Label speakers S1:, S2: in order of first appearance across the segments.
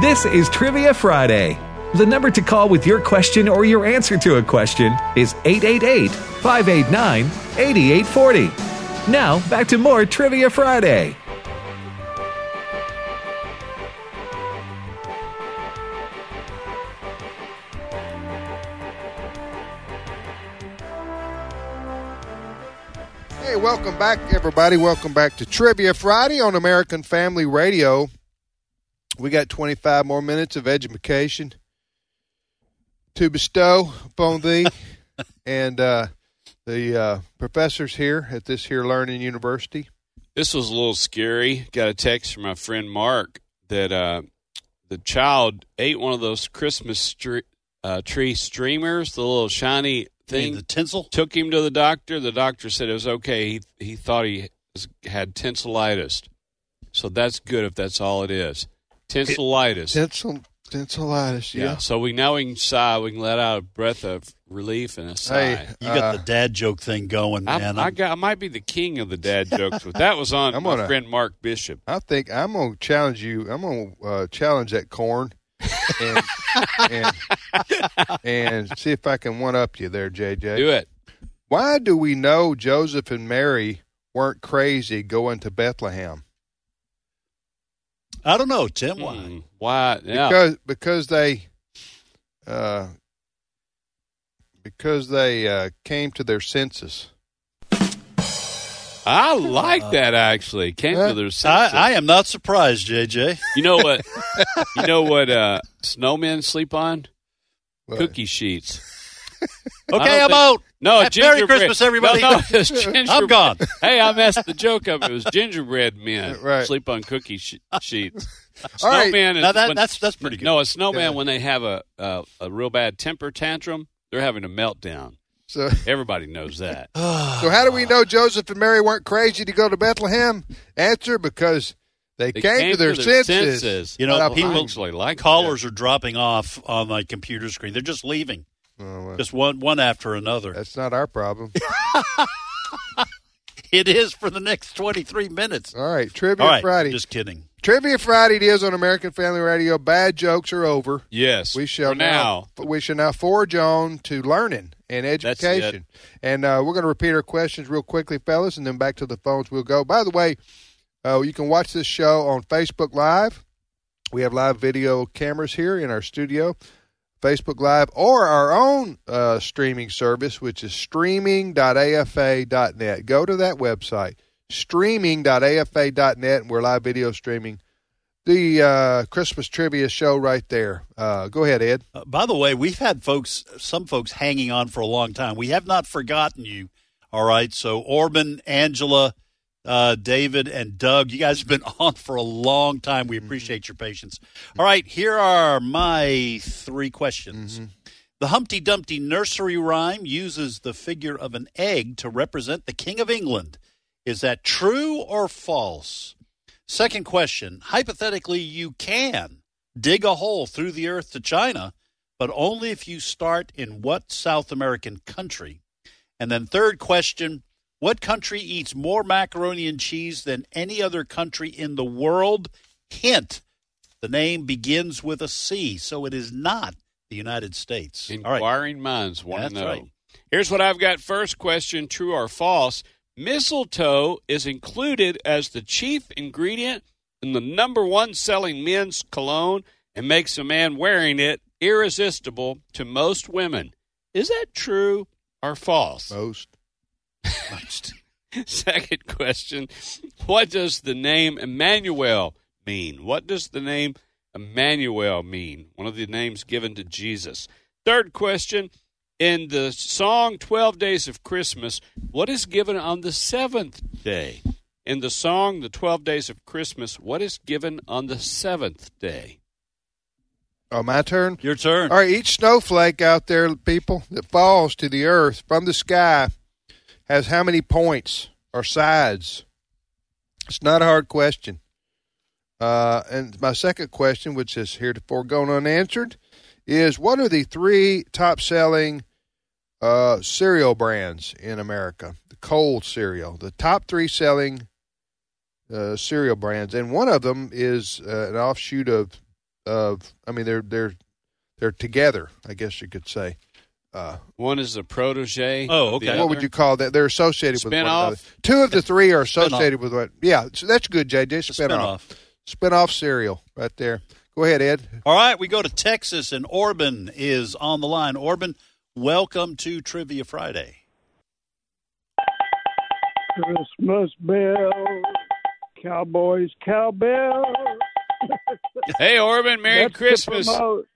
S1: This is Trivia Friday. The number to call with your question or your answer to a question is 888 589 8840. Now, back to more Trivia Friday.
S2: Hey, welcome back, everybody. Welcome back to Trivia Friday on American Family Radio. We got 25 more minutes of education to bestow upon thee. and uh, the uh, professors here at this here Learning University.
S3: This was a little scary. Got a text from my friend Mark that uh, the child ate one of those Christmas tree, uh, tree streamers, the little shiny thing.
S4: the tinsel.
S3: Took him to the doctor. The doctor said it was okay. He, he thought he was- had tinselitis. So that's good if that's all it is. Tinselitis.
S2: Tinsel, tinselitis,
S3: yeah.
S2: yeah.
S3: So we now we can sigh. We can let out a breath of relief and a sigh.
S2: Hey,
S4: You got
S2: uh,
S4: the dad joke thing going,
S3: I,
S4: man.
S3: I,
S4: I'm-
S3: got, I might be the king of the dad jokes, but that was on
S2: I'm
S3: my
S2: gonna-
S3: friend Mark Bishop.
S2: I think I'm gonna challenge you. I'm gonna uh, challenge that corn, and, and and see if I can one up you there, JJ.
S3: Do it.
S2: Why do we know Joseph and Mary weren't crazy going to Bethlehem?
S4: I don't know, Tim. Why?
S3: Mm, Why? Yeah.
S2: Because because they uh, because they uh, came to their senses.
S3: I like that actually. Came
S2: Huh?
S3: to their senses.
S4: Uh, I, I am not surprised, JJ.
S3: you know what? you know what? Uh, snowmen sleep on
S2: Well,
S3: cookie sheets. don't
S4: Okay, I'm
S3: think-
S4: out.
S3: No,
S4: Merry
S3: gingerbread.
S4: Christmas, everybody.
S3: No, no, it's gingerbread.
S4: I'm gone.
S3: Hey, I messed the joke up. It was gingerbread men
S2: Right.
S3: sleep on cookie sh- sheets.
S2: All right.
S3: Snowman is
S4: Now that,
S3: when-
S4: that's that's pretty good.
S3: No, a snowman
S2: Yeah.
S3: when they have a, a a real bad temper tantrum, they're having a meltdown.
S2: So
S3: Everybody knows that.
S2: so how do we know Joseph and Mary weren't crazy to go to Bethlehem? Answer because they,
S3: They
S2: came, to their, senses.
S4: You know,
S3: I
S4: people-
S3: actually like
S4: Callers are dropping off on my computer screen. They're just leaving,
S2: Oh, well,
S4: just one one after another.
S2: that's not our problem.
S4: It is for the next twenty three minutes.
S2: All right, Trivia
S4: All right,
S2: Friday.
S4: just kidding.
S2: Trivia Friday it is on American Family Radio. Bad jokes are over.
S3: that. Yes,
S2: We shall
S3: for now.
S2: we shall now forge on to learning and
S3: That's
S2: education. And uh, we're going to repeat our questions real quickly, fellas, and then back to the phones we'll go. By the way, uh, you can watch this show on Facebook Live. We have live video cameras here in our studio, Facebook Live, or our own uh, streaming service, which is streaming.afa.net. Go to that website, streaming.afa.net, and we're live video streaming the uh, Christmas trivia show right there. Uh, go ahead, Ed.
S4: Uh, by the way, we've had folks, some folks, hanging on for a long time. We have not forgotten you. All right, so Orban, Angela, uh, David, and Doug, you guys have been on for a long time. We appreciate your patience. All right, here are my three questions. The Humpty Dumpty nursery rhyme uses the figure of an egg to represent the King of England. Is that true or false? Second question Hypothetically, you can dig a hole through the earth to China, but only if you start in what South American country? And then, third question What country eats more macaroni and cheese than any other country in the world? Hint the name begins with a C, so it is not the United States. All right.
S3: Inquiring minds want
S4: That's
S3: to know.
S4: right.
S3: Here's what I've got. First question: True or false? Mistletoe is included as the chief ingredient in the number one selling men's cologne and makes a man wearing it irresistible to most women. Is that true or false?
S2: Most.
S3: Second question What does the name Emmanuel mean? What does the name Emmanuel mean? One of the names given to Jesus. Third question In the song 12 Days of Christmas, what is given on the seventh day? In the song The 12 Days of Christmas, what is given on the seventh day?
S2: Oh, my turn.
S4: Your turn.
S2: All right, each snowflake out there, people, that falls to the earth from the sky has how many points or sides? It's not a hard question. Uh, and my second question, which is heretofore gone unanswered, is what are the three top selling uh, cereal brands in America? The cold cereal, the top three selling uh, cereal brands. And one of them is uh, an offshoot of of. I mean, they're they're they're together. I guess you could say. Uh,
S3: One is a protege.
S4: Oh,
S3: of the
S4: okay.
S2: what would
S3: other.
S2: you call that? They're associated with one
S3: Spinoff?
S2: another. Two of the three are associated with one. Yeah, so that's good, JJ. Spinoff.
S4: Spinoff.
S2: Spinoff cereal right there. Go ahead, Ed.
S4: All right, we go to Texas, and Orban is on the line. Orban, welcome to Trivia Friday.
S5: Christmas bell, cowboys, cowbell.
S3: Hey, Orban, Merry
S5: That's to
S3: Christmas.
S5: promote-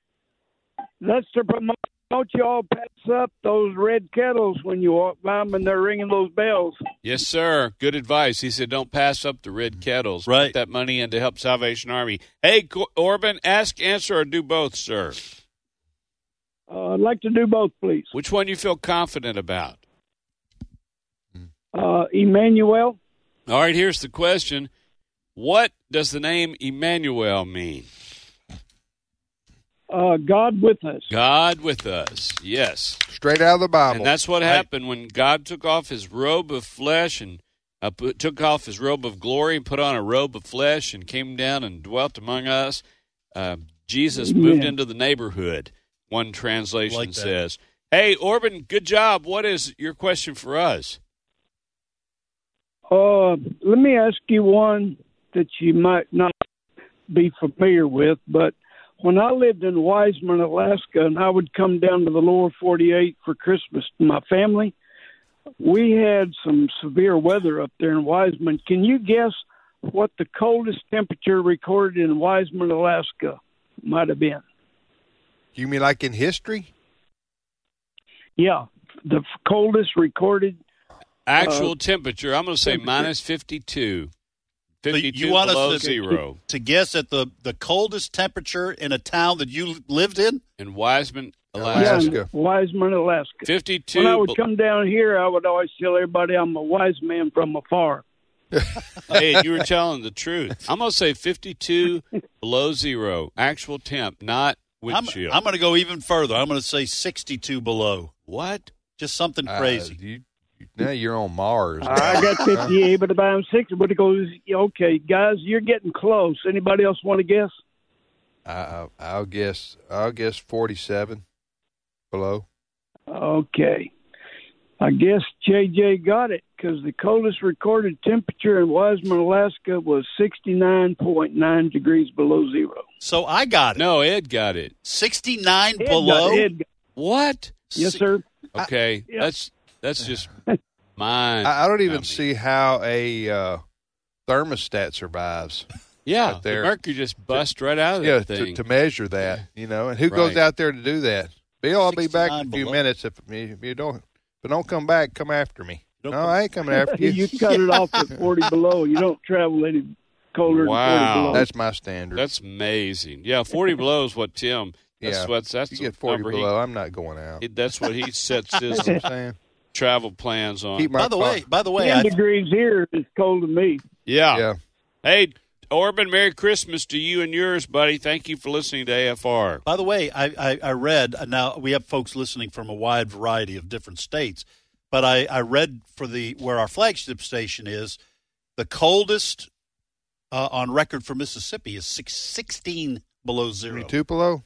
S5: That's to promote. Don't you all pass up those red kettles when you walk by them and they're ringing those bells?
S3: Yes, sir. Good advice. He said, don't pass up the red kettles.
S4: Right.
S3: Put that money in to help Salvation Army. Hey, Cor- Orban, ask, answer, or do both, sir.
S5: Uh, I'd like to do both, please.
S3: Which one you feel confident about?
S5: Uh, Emmanuel,
S3: All right, here's the question. What does the name Emmanuel mean?
S5: uh, God with us.
S3: God with us. Yes.
S2: Straight out of the Bible.
S3: And that's what happened when God took off his robe of flesh and uh, put, took off his robe of glory and put on a robe of flesh and came down and dwelt among us. Uh, Jesus moved
S5: Yeah.
S3: into the neighborhood, one translation
S4: Like that.
S3: says. Hey, Orban, good job. What is your question for us?
S5: Uh, let me ask you one that you might not be familiar with, but when I lived in Wiseman, Alaska, and I would come down to the lower 48 for Christmas to my family, we had some severe weather up there in Wiseman. Can you guess what the coldest temperature recorded in Wiseman, Alaska might have been?
S2: you mean like in history?
S5: Yeah, the f- coldest recorded.
S4: Uh,
S3: Actual temperature, I'm going to say
S5: temperature.
S3: minus 52.
S4: So
S3: 52
S4: you want
S3: below
S4: us to,
S3: zero.
S4: to guess at the, the coldest temperature in a town that you lived in?
S3: And Wiseman,
S5: Yeah,
S3: Alaska.
S5: in
S2: Alaska.
S5: Wiseman, Alaska.
S3: 52.
S5: When I would
S3: be-
S5: come down here, I would always tell everybody I'm a wise man from afar.
S3: hey, you were telling the truth. I'm gonna say 52 below zero, actual temp, not
S4: I'm,
S3: windshield.
S4: I'm going to go even further. I'm going to say 62 below.
S3: what?
S4: Just something
S2: Uh,
S4: crazy.
S2: you, now you're on Mars.
S5: I got 58, but if I'm 60, but it goes, okay, guys, you're getting close. Anybody else want to guess?
S2: I, I, I'll guess. I'll guess forty-seven below.
S5: Okay. I guess JJ got it because the coldest recorded temperature in Wiseman, Alaska was 69.9 degrees below zero.
S4: so I got it.
S3: No, Ed got it.
S4: 69
S5: Ed got
S4: below?
S5: it. Ed got-
S3: What?
S5: Yes, sir.
S3: Okay,
S5: yeah.
S3: that's that's just mine.
S2: I, I don't even
S3: mean,
S2: see how a uh, thermostat survives.
S3: Yeah,
S2: right there.
S3: the mercury just bust right out of
S2: Yeah,
S3: that
S2: to,
S3: thing.
S2: to measure that, you know, and who goes
S3: Right.
S2: out there to do that? Bill, I'll be back in a
S4: 69
S2: few
S4: below.
S2: minutes if you, if you don't. But don't come back. Come after me.
S4: Don't
S2: no,
S4: come-
S2: I ain't coming after you.
S5: You cut it off at 40 below. You don't travel any colder
S3: Wow.
S5: than 40 below.
S2: That's my standard.
S3: that's amazing. Yeah, 40 below is what Tim. That's
S2: Yeah.
S3: what that's
S2: you
S3: the
S2: get forty
S3: number he-
S2: below. I'm not going out.
S3: he- that's what he sets his
S2: You know what I'm saying?
S3: travel plans on.
S2: Keep my
S4: By the
S2: car-
S4: way, by the way,
S5: 10
S4: I,
S5: degrees here is cold to me.
S3: yeah.
S2: yeah.
S3: Hey, Orban, Merry Christmas to you and yours, buddy. Thank you for listening to AFR.
S4: By the way, I, I, I read, uh, now we have folks listening from a wide variety of different states, but I, I read for the where our flagship station is, the coldest uh, on record for Mississippi is six, 16 below zero.
S2: You Tupelo?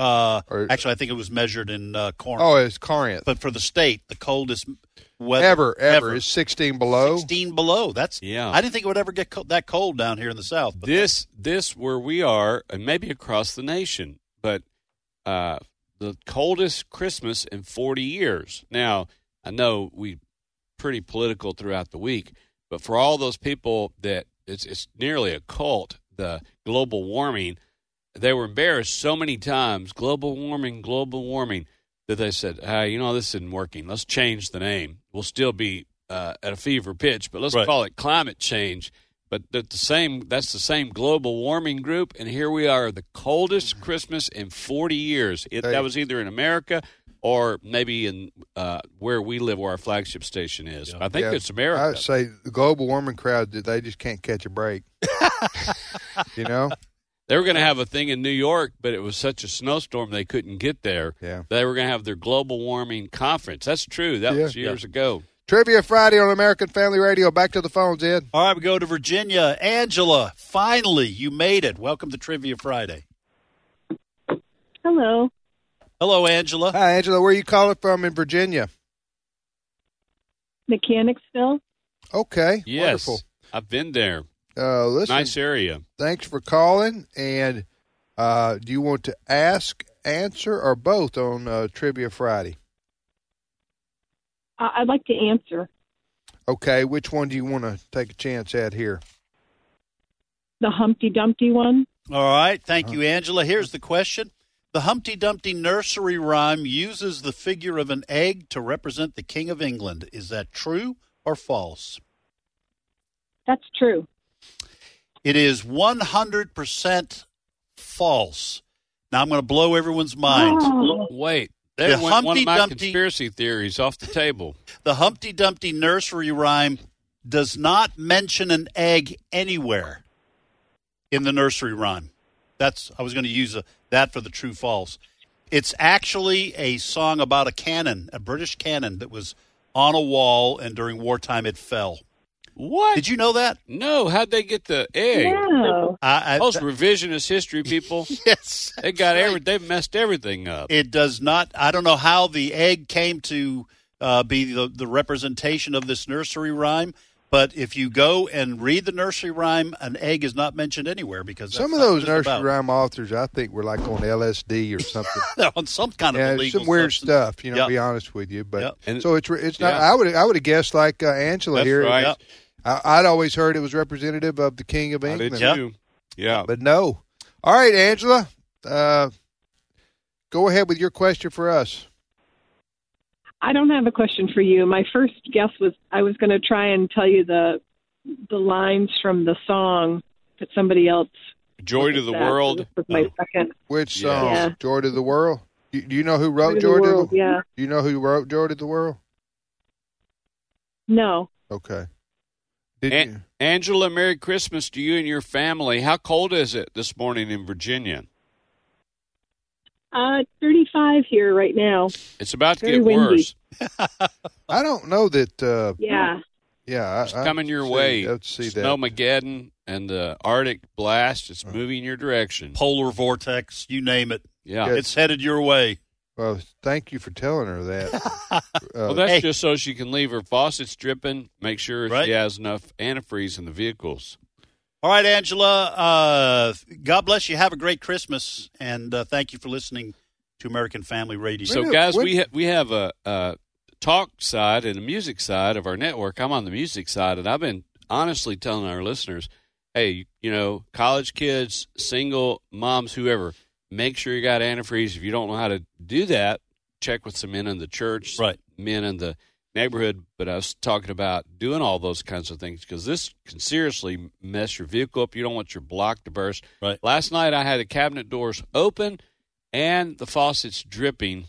S4: Uh,
S2: Or-
S4: actually, I think it was measured in uh, Corinth.
S2: Oh, it's Corinth.
S4: But for the state, the coldest weather
S2: Ever, ever, It's 16 below.
S4: 16 below. That's
S3: Yeah.
S4: I didn't think it would ever get co- that cold down here in the south. But
S3: this this where we are and maybe across the nation but uh the coldest christmas in 40 years now i know we pretty political throughout the week but for all those people that it's it's nearly a cult the global warming they were embarrassed so many times global warming global warming that they said ah, you know this isn't working let's change the name we'll still be uh, at a fever pitch but let's
S4: Right.
S3: call it climate change but that the same that's the same global warming group and here we are the
S2: Mm-hmm.
S3: coldest christmas in 40 years it,
S2: Hey.
S3: that was either in america or maybe in uh, where we live where our flagship station is i think
S2: Yeah.
S3: it's
S2: I would
S3: america
S2: say the global warming crowd, they just can't catch a break. you know?
S3: They were going to have a thing in New York, but it was such a snowstorm they couldn't get there.
S2: Yeah.
S3: They were going to have their global warming conference. That's true. That
S2: Yeah.
S3: was years ago.
S2: Trivia Friday on American Family Radio. Back to the phones, Ed.
S4: all right, we go to Virginia. Angela, finally, you made it. Welcome to Trivia Friday.
S6: Hello.
S4: Hello, Angela.
S2: Hi, Angela. Where are you calling from in Virginia?
S6: Mechanicsville?
S2: Okay.
S3: Yes.
S2: Wonderful.
S3: I've been there.
S2: Uh, listen,
S3: Nice area.
S2: thanks for calling. And uh, do you want to ask, answer, or both on uh, Trivia Friday?
S6: I- I'd like to answer
S2: Okay. Which one do you want to take a chance at here?
S6: the Humpty Dumpty one.
S4: All right. Thank you, Angela. Here's the question The Humpty Dumpty nursery rhyme uses the figure of an egg to represent the King of England. Is that true or false?
S6: That's true.
S4: It is 100% false. Now I'm going to blow everyone's minds.
S6: Oh,
S3: Wait. There went
S4: The
S3: one
S4: Humpty
S3: of my
S4: Dumpty-
S3: conspiracy theories off the table.
S4: The Humpty Dumpty nursery rhyme does not mention an egg anywhere in the nursery rhyme. That's I was going to use a, that for the true false. It's actually a song about a cannon, a British cannon that was on a wall and during wartime it fell.
S3: What?
S4: Did you know that?
S3: no. How'd they get the egg?
S6: no.
S4: I, I
S3: Those revisionist history people,
S4: yes.
S3: they got every, they've messed everything up.
S4: It does not. I don't know how the egg came to uh, be the, the representation of this nursery rhyme, but if you go and read the nursery rhyme, an egg is not mentioned anywhere because that's
S2: Some of
S4: not
S2: those
S4: just
S2: nursery
S4: about-
S2: rhyme authors, I think, were like on LSD or something.
S4: They're on some kind
S2: yeah,
S4: of
S2: it's
S4: illegal
S2: some weird
S4: substance.
S2: stuff. You know,
S4: Yeah.
S2: to be honest with you, but
S4: Yep.
S3: And-
S2: so it's re- it's not.
S3: Yeah.
S2: I would I would have guessed like uh, Angela
S3: That's
S2: here.
S3: right.
S4: Yep.
S2: I, I'd always heard it was representative of the King of
S3: I did
S2: England,
S4: Yeah.
S3: too. Yeah.
S2: but no. All right, Angela, uh, go ahead with your question for us.
S6: I don't have a question for you. My first guess was I was going to try and tell you the the lines from the song that somebody else.
S3: Joy to the
S6: that. So
S3: world. Oh.
S6: This was my second.
S2: Which
S3: Yeah.
S2: song?
S6: Yeah.
S2: Joy to the World. You, do you know who
S6: Joy
S2: wrote
S6: to the
S2: Joy to the
S6: World, yeah.
S2: Do you know who wrote Joy to the World?
S6: No,
S2: Okay. Did
S3: An-
S2: you?
S3: Angela, Merry Christmas to you and your family. How cold is it this morning in Virginia?
S6: uh, 35 here right now.
S3: It's about to
S6: Very
S3: get
S6: windy.
S3: worse.
S2: I don't know that. Uh,
S6: Yeah,
S2: yeah,
S3: It's
S2: I, I
S3: coming your
S2: see-
S3: way.
S2: I see that. Uh-huh.
S3: Snowmageddon and the Arctic blast. It's moving your direction.
S4: Polar vortex, you name it.
S3: Yeah.
S2: Good.
S4: It's headed your way.
S2: Well, thank you for telling her that.
S3: Well,
S2: Uh,
S3: that's
S4: Hey.
S3: just so she can leave her faucets dripping, make sure
S4: Right.
S3: she has enough antifreeze in the vehicles.
S4: All right, Angela. Uh, God bless you. Have a great Christmas, and uh, thank you for listening to American Family Radio.
S2: Really?
S3: So, guys,
S2: What-
S3: we, ha- we have a, a talk side and a music side of our network. I'm on the music side, and I've been honestly telling our listeners hey, you know, college kids, single moms, whoever, make sure you got antifreeze. If you don't know how to do that, check with some men in the church,
S4: Right.
S3: men in the neighborhood. But I was talking about doing all those kinds of things because this can seriously mess your vehicle up. You don't want your block to burst.
S4: Right.
S3: Last night I had the cabinet doors open and the faucets dripping,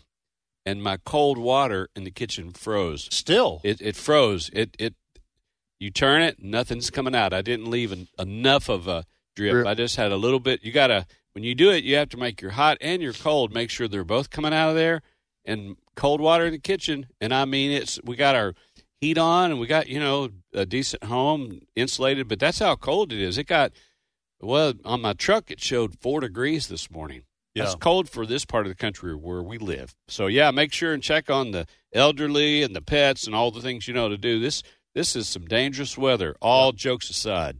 S3: and my cold water in the kitchen froze.
S4: Still,
S3: It it froze. It it you turn it, nothing's coming out. I didn't leave en- enough of a drip.
S2: Drip.
S3: I just had a little bit. You gotta when you do it, you have to make your hot and your cold. Make sure they're both coming out of there. And cold water in the kitchen. And I mean, it's we got our heat on, and we got you know a decent home insulated. But that's how cold it is. It got well on my truck. It showed four degrees this morning. That's
S4: Yeah.
S3: cold for this part of the country where we live. So yeah, make sure and check on the elderly and the pets and all the things you know to do. This this is some dangerous weather. All jokes aside.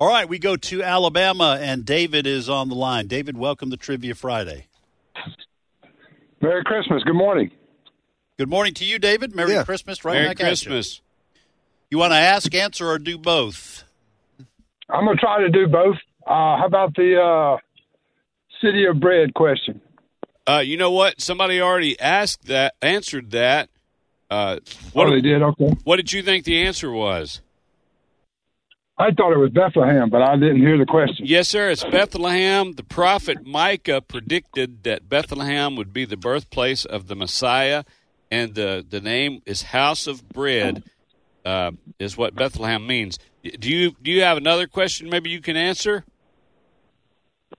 S4: All right, we go to Alabama, and David is on the line. David, welcome to Trivia Friday.
S7: Merry Christmas. Good morning.
S4: Good morning to you, David. Merry
S2: Yeah.
S4: Christmas. Right
S3: Merry
S4: back At
S3: Christmas.
S4: you. you want to ask, answer, or do both?
S7: I'm going to try to do both. Uh, how about the uh, city of bread question?
S3: Uh, you know what? Somebody already asked that, answered that. Uh, what
S7: oh, they did. Okay.
S3: what did you think the answer was?
S7: I thought it was Bethlehem, but I didn't hear the question.
S3: Yes, sir. It's Bethlehem. The prophet Micah predicted that Bethlehem would be the birthplace of the Messiah, and the the name is House of Bread, uh, is what Bethlehem means. Do you do you have another question? Maybe you can answer.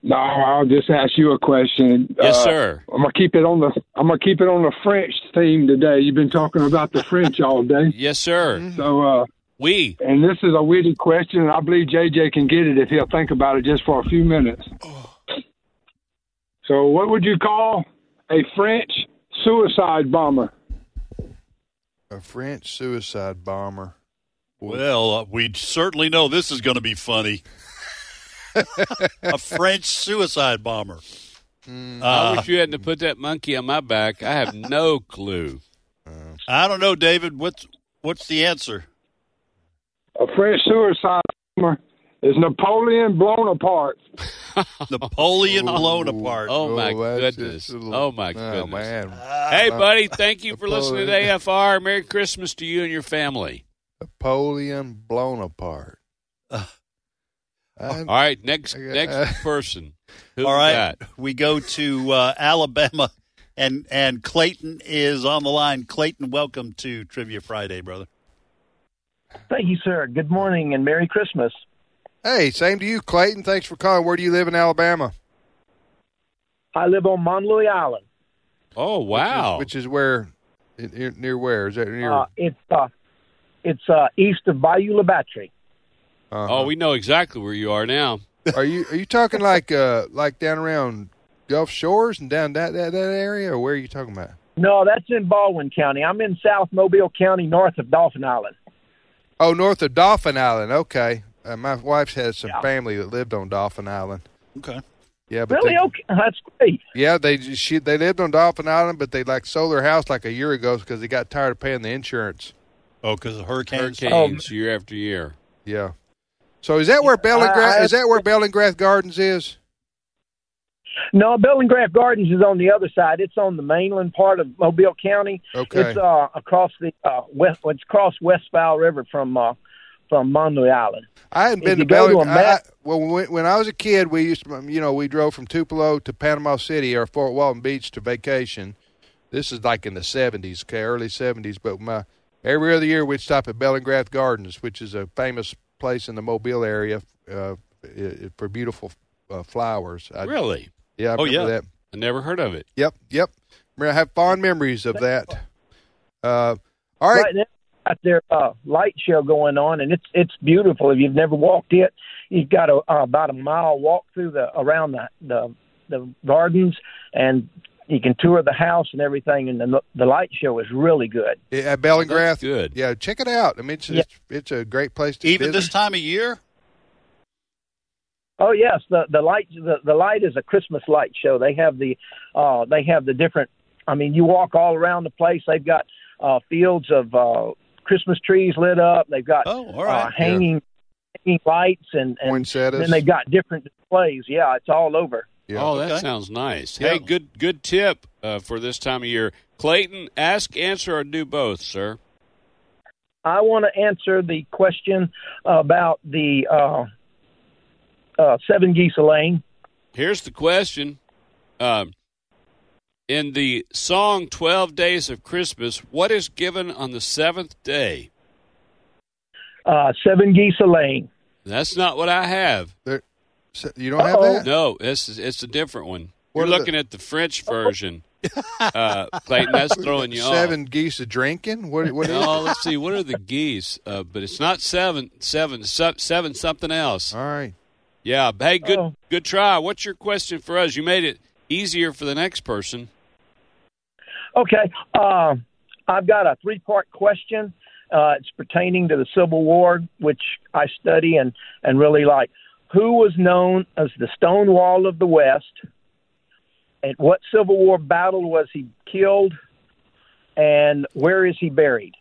S7: No, I'll just ask you a question.
S3: Yes,
S7: Uh,
S3: sir.
S7: I'm gonna keep it on the I'm gonna keep it on the French theme today. You've been talking about the French all day,
S3: Yes,
S2: Mm-hmm.
S3: sir.
S7: so uh,
S3: We
S7: and this is a witty question, and I believe JJ can get it if he'll think about it just for a few minutes. So, what would you call a French suicide bomber?
S2: A French suicide bomber.
S4: Well, uh, we certainly know this is going to be funny. a French suicide bomber.
S3: I
S4: Uh,
S3: wish you hadn't put that monkey on my back. I have no clue.
S4: I don't know, David. What's what's the answer?
S7: A French suicide bomber is Napoleon blown apart.
S4: Napoleon blown
S2: Ooh.
S4: apart.
S3: Oh, my
S2: that's just
S3: goodness.
S2: a little-
S3: Oh, my
S2: Oh,
S3: goodness.
S2: man.
S3: Hey, buddy, thank you for
S2: Napoleon.
S3: listening to AFR. Merry Christmas to you and your family.
S2: Napoleon blown apart. I-
S3: All right, next
S2: I got-
S3: next person. Who
S4: All
S3: we
S4: right,
S3: got?
S4: we go to uh, Alabama, and and Clayton is on the line. Clayton, welcome to Trivia Friday, brother.
S8: Thank you, sir. Good morning and Merry Christmas.
S2: Hey, same to you, Clayton. Thanks for calling. Where do you live in Alabama?
S8: I live on Monloy Island.
S3: Oh wow!
S2: Which is where? Near, near where? Is that near?
S8: Uh, it's uh, it's uh, east of Bayou La Battery.
S3: oh, we know exactly where you are now.
S2: uh, Are you are you talking like uh like down around Gulf Shores and down that that, that area, or where are you talking about?
S8: No, that's in Baldwin County. I'm in South Mobile County, north of Dolphin Island.
S2: Oh, north of Dolphin Island. Okay, uh, my wife's had some family that lived on Dolphin Island.
S4: Okay.
S2: Yeah, but
S8: Really?
S2: they,
S8: Okay, that's great.
S2: yeah, they just- she, they lived on Dolphin Island, but they like sold their house like a year ago because they got tired of paying the insurance.
S4: Oh, because of hurricanes.
S3: Hurricanes year after year.
S2: Yeah. So is that where Bellingrath
S8: uh, I-
S2: is that where Bellingrath Gardens is?
S8: No, Bellingraph Gardens is on the other side. It's on the mainland part of Mobile County.
S2: Okay.
S8: It's uh, across the uh, west. It's across West Fowl River from uh, from Monloy Island.
S2: I hadn't
S8: If
S2: been to
S8: you go to
S2: Bellingham.
S8: a map-
S2: well, when, when I was a kid, we used to, you know, we drove from Tupelo to Panama City or Fort Walton Beach to vacation. This is like in the seventies, okay, early seventies. But my every other year we'd stop at Bellingrath Gardens, which is a famous place in the Mobile area uh, i- i- for beautiful uh, flowers. I,
S3: Really?
S2: Yeah, I
S4: Oh,
S2: remember
S4: yeah.
S2: that.
S3: I never heard of it.
S2: Yep, yep. Remember, I have fond memories of that. Uh, all right,
S8: right now got their uh, light show going on, and it's it's beautiful. If you've never walked it, you've got a, uh, about a mile walk through the around the, the the gardens, and you can tour the house and everything. And the the light show is really good.
S2: yeah, at Bellingrath.
S3: That's good.
S2: Yeah, check it out. I mean, it's
S8: Yeah.
S2: it's, it's a great place to
S4: Even
S2: visit.
S4: this time of year.
S8: Oh yes, the the light the, the light is a Christmas light show. They have the uh, they have the different. I mean, you walk all around the place. They've got uh, fields of uh, Christmas trees lit up. They've got
S4: Oh, all
S8: uh,
S4: right.
S8: hanging hanging lights and and
S2: poinsettias.
S8: then they got different displays. Yeah, it's all over.
S2: Yeah.
S3: Oh, that
S4: Okay.
S3: sounds nice.
S4: Yeah.
S3: Hey, good good tip uh, for this time of year. Clayton, ask, answer, or do both, sir.
S8: I want to answer the question about the uh, uh, Seven Geese a Lane.
S3: Here's the question. Um, in the song 12 Days of Christmas, what is given on the seventh day?
S8: Uh, Seven Geese a Lane.
S3: That's not what I have.
S2: So you don't have
S8: Uh-oh.
S2: that?
S3: No, this is, it's a different one.
S2: What
S3: We're
S2: are the-
S3: looking at the French version. uh, Clayton, that's throwing you
S2: Seven geese a drinking? What?
S3: off.
S2: What? is-
S3: No, Oh, let's see. What are the geese? Uh, but it's not seven, seven, se- seven something else.
S2: All right.
S3: Yeah. Hey, good,
S8: Oh.
S3: good try. What's your question for us? You made it easier for the next person.
S8: Okay, uh, I've got a three-part question. Uh, it's pertaining to the Civil War, which I study and and really like. Who was known as the Stonewall of the West? At what Civil War battle was he killed? And where is he buried?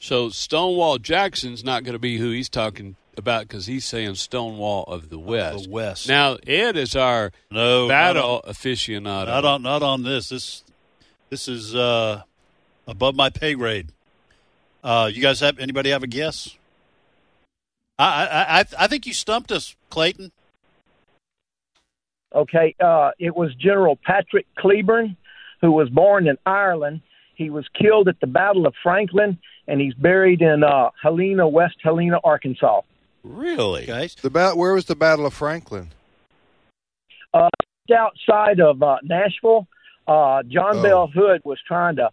S3: So Stonewall Jackson's not going to be who he's talking about because he's saying Stonewall of the West.
S4: The West.
S3: Now Ed is our
S4: no
S3: battle aficionado.
S4: Not on, not on. Not on this. This. This is uh, above my pay grade. Uh, you guys have anybody have a guess? I I I, I think you stumped us, Clayton.
S8: Okay, uh, it was General Patrick Cleburne, who was born in Ireland. He was killed at the Battle of Franklin, and he's buried in uh, Helena, West Helena, Arkansas.
S3: Really?
S4: Okay.
S2: The bat. Where was the Battle of Franklin?
S8: Just outside of uh, Nashville, uh, John
S2: Oh.
S8: Bell Hood was trying to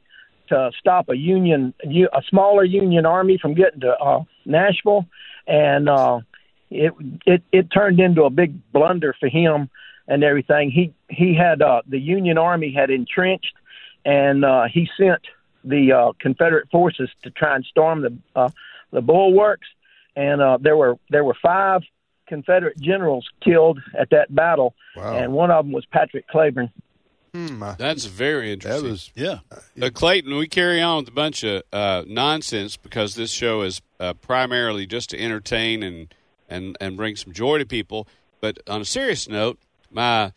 S8: to stop a Union, a smaller Union army from getting to uh, Nashville, and uh, it it it turned into a big blunder for him. and everything. He he had uh, the Union Army had entrenched, and uh, he sent the uh, Confederate forces to try and storm the uh, the bulwarks. And uh, there were there were five Confederate generals killed at that battle,
S2: Wow.
S8: and one of them was Patrick Claiborne.
S2: Hmm, I-
S3: That's very
S2: that
S3: interesting.
S2: was
S4: Yeah.
S3: Uh, Clayton, we carry on with a bunch of uh, nonsense because this show is uh, primarily just to entertain and, and, and bring some joy to people. But on a serious note, my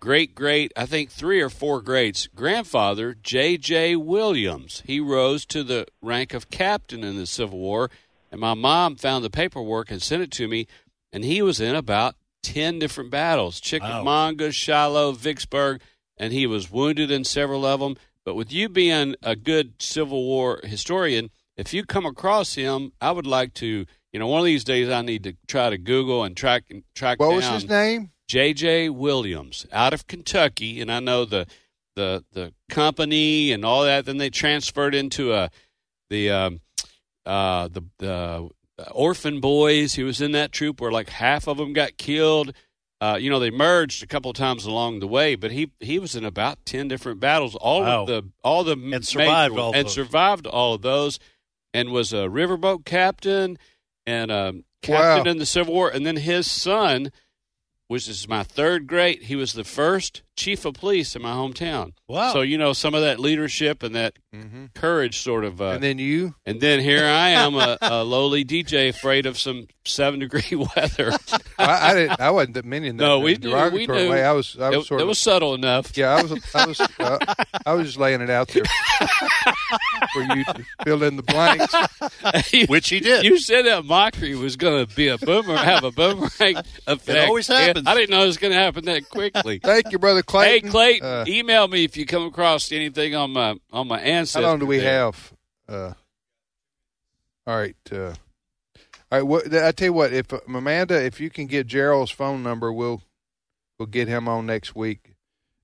S3: great great, I think three or four greats grandfather, J.J. Williams, he rose to the rank of captain in the Civil War. And my mom found the paperwork and sent it to me. And he was in about 10 different battles Chickamauga, Shiloh, Vicksburg. And he was wounded in several of them. But with you being a good Civil War historian, if you come across him, I would like to, you know, one of these days I need to try to Google and track track
S2: what
S3: down.
S2: was his name?
S3: J.J. Williams out of Kentucky, and I know the the the company and all that. Then they transferred into uh the um, uh, the the uh, orphan boys. He was in that troop where like half of them got killed. Uh, you know, they merged a couple times along the way, but he he was in about ten different battles. All
S4: Wow.
S3: of the all the
S4: And survived all
S3: and
S4: those.
S3: survived all of those, and was a riverboat captain and um, captain
S2: Wow.
S3: in the Civil War. And then his son, which is my third great, he was the first chief of police in my hometown.
S4: Wow.
S2: Oh.
S3: So you know some of that leadership and that
S2: Mm-hmm.
S3: courage, sort of. Uh,
S2: And then you?
S3: and then here I am, a, a lowly DJ, afraid of some seven degree weather.
S2: I, I didn't. I wasn't meaning that.
S3: No, we
S2: in a
S3: knew- we
S2: derogatory
S3: knew.
S2: way. I was. I was
S3: It,
S2: sort
S3: it
S2: of.
S3: was subtle enough.
S2: yeah, I was. I was. Uh, I was just laying it out there for you to fill in the blanks.
S3: You-
S4: Which he did.
S3: You said that mockery was going to be a boomer, have a boomerang effect.
S4: always
S3: Yeah,
S4: happens.
S3: I didn't know it was going to happen that quickly.
S2: Thank you, brother Clayton.
S3: Hey Clayton,
S2: Uh,
S3: email me if you come across anything on my on my
S2: how
S3: ancestry.
S2: long do we
S3: there.
S2: have? Uh, all right. Uh, all right. What, I tell you what. If uh, Amanda, if you can get Gerald's phone number, we'll we'll get him on next week.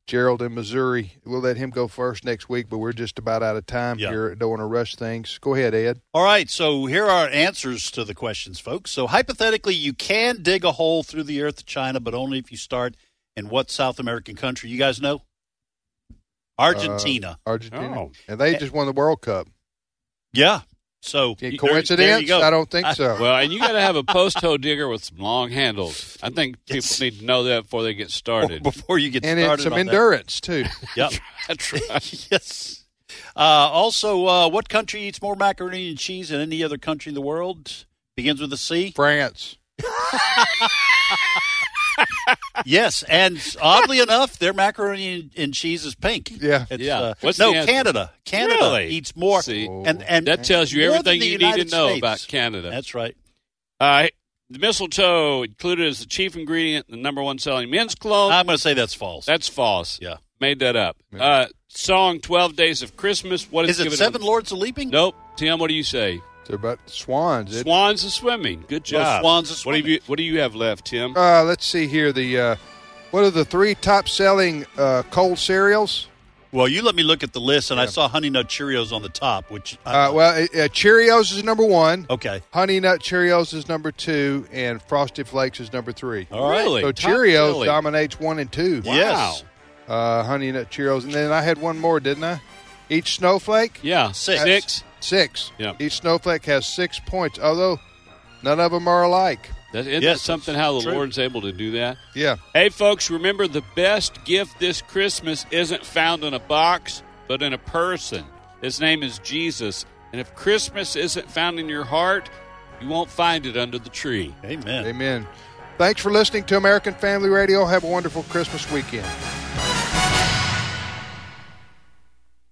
S2: Gerald in Missouri. We'll let him go first next week, but we're just about out of time
S4: Yeah.
S2: here. Don't want to rush things. Go ahead, Ed.
S4: All right, so here are answers to the questions, folks. So hypothetically, you can dig a hole through the earth to China, but only if you start in what South American country? You guys know?
S2: Uh,
S4: Argentina.
S2: Argentina,
S3: Oh.
S2: and they just won the World Cup.
S4: yeah. So
S2: Yeah,
S4: there- there you
S2: coincidence?
S4: go.
S2: I don't think so.
S3: Well, and you got to have a post toe digger with some long handles. I think people need to know that before they get started.
S4: Before you get
S2: and
S4: started,
S2: it's some
S4: on that.
S2: endurance too.
S4: Yep.
S3: That's right.
S4: yes. Uh, also, uh, what country eats more macaroni and cheese than any other country in the world? Begins with a C.
S2: France.
S4: yes, and oddly enough, their macaroni and, and cheese is pink.
S2: Yeah.
S4: It's,
S3: Yeah.
S4: uh,
S3: What's
S4: no
S3: the answer?
S4: Canada. Canada
S3: Really?
S4: eats more.
S3: See,
S4: and and
S3: that tells you
S4: more than
S3: everything
S4: the
S3: you need
S4: United
S3: to know
S4: States.
S3: about Canada.
S4: That's right.
S3: All right. The mistletoe included as the chief ingredient, in the number one selling men's cologne.
S4: I'm going to say that's false.
S3: That's false.
S4: Uh, yeah.
S3: Made that up. Uh, song 12 Days of Christmas. What is,
S4: Is it
S3: given
S4: Seven
S3: on-
S4: Lords of Leaping?
S3: Nope. Tim, what do you say?
S2: They're about swans. isn't it?
S3: Swans are swimming. Good
S4: Well,
S3: job.
S4: swans are
S3: What, have
S4: swimming.
S3: you, what do you have left, Tim?
S2: Uh, let's see here. The uh, what are the three top selling uh, cold cereals?
S4: Well, you let me look at the list, and I saw Honey Nut Cheerios on the top, which. I-
S2: Uh, well, uh, uh, Cheerios is number one.
S4: okay.
S2: Honey Nut Cheerios is number two, and Frosted Flakes is number three.
S4: All right.
S3: Oh, Really?
S2: So
S3: Top
S2: Cheerios
S3: chili.
S2: dominates one and two.
S3: Wow.
S4: Yes.
S2: Uh, Honey Nut Cheerios, and then I had one more, didn't I? Each snowflake,
S3: Yeah.
S4: Six.
S3: Six.
S2: six.
S3: Yeah.
S2: Each snowflake has six points, although none of them are alike.
S3: That, isn't
S4: Yes,
S3: that something how the
S4: true.
S3: Lord's able to do that?
S2: Yeah.
S3: Hey, folks, remember the best gift this Christmas isn't found in a box, but in a person. His name is Jesus. And if Christmas isn't found in your heart, you won't find it under the tree.
S4: Amen.
S2: Amen. Thanks for listening to American Family Radio. Have a wonderful Christmas weekend.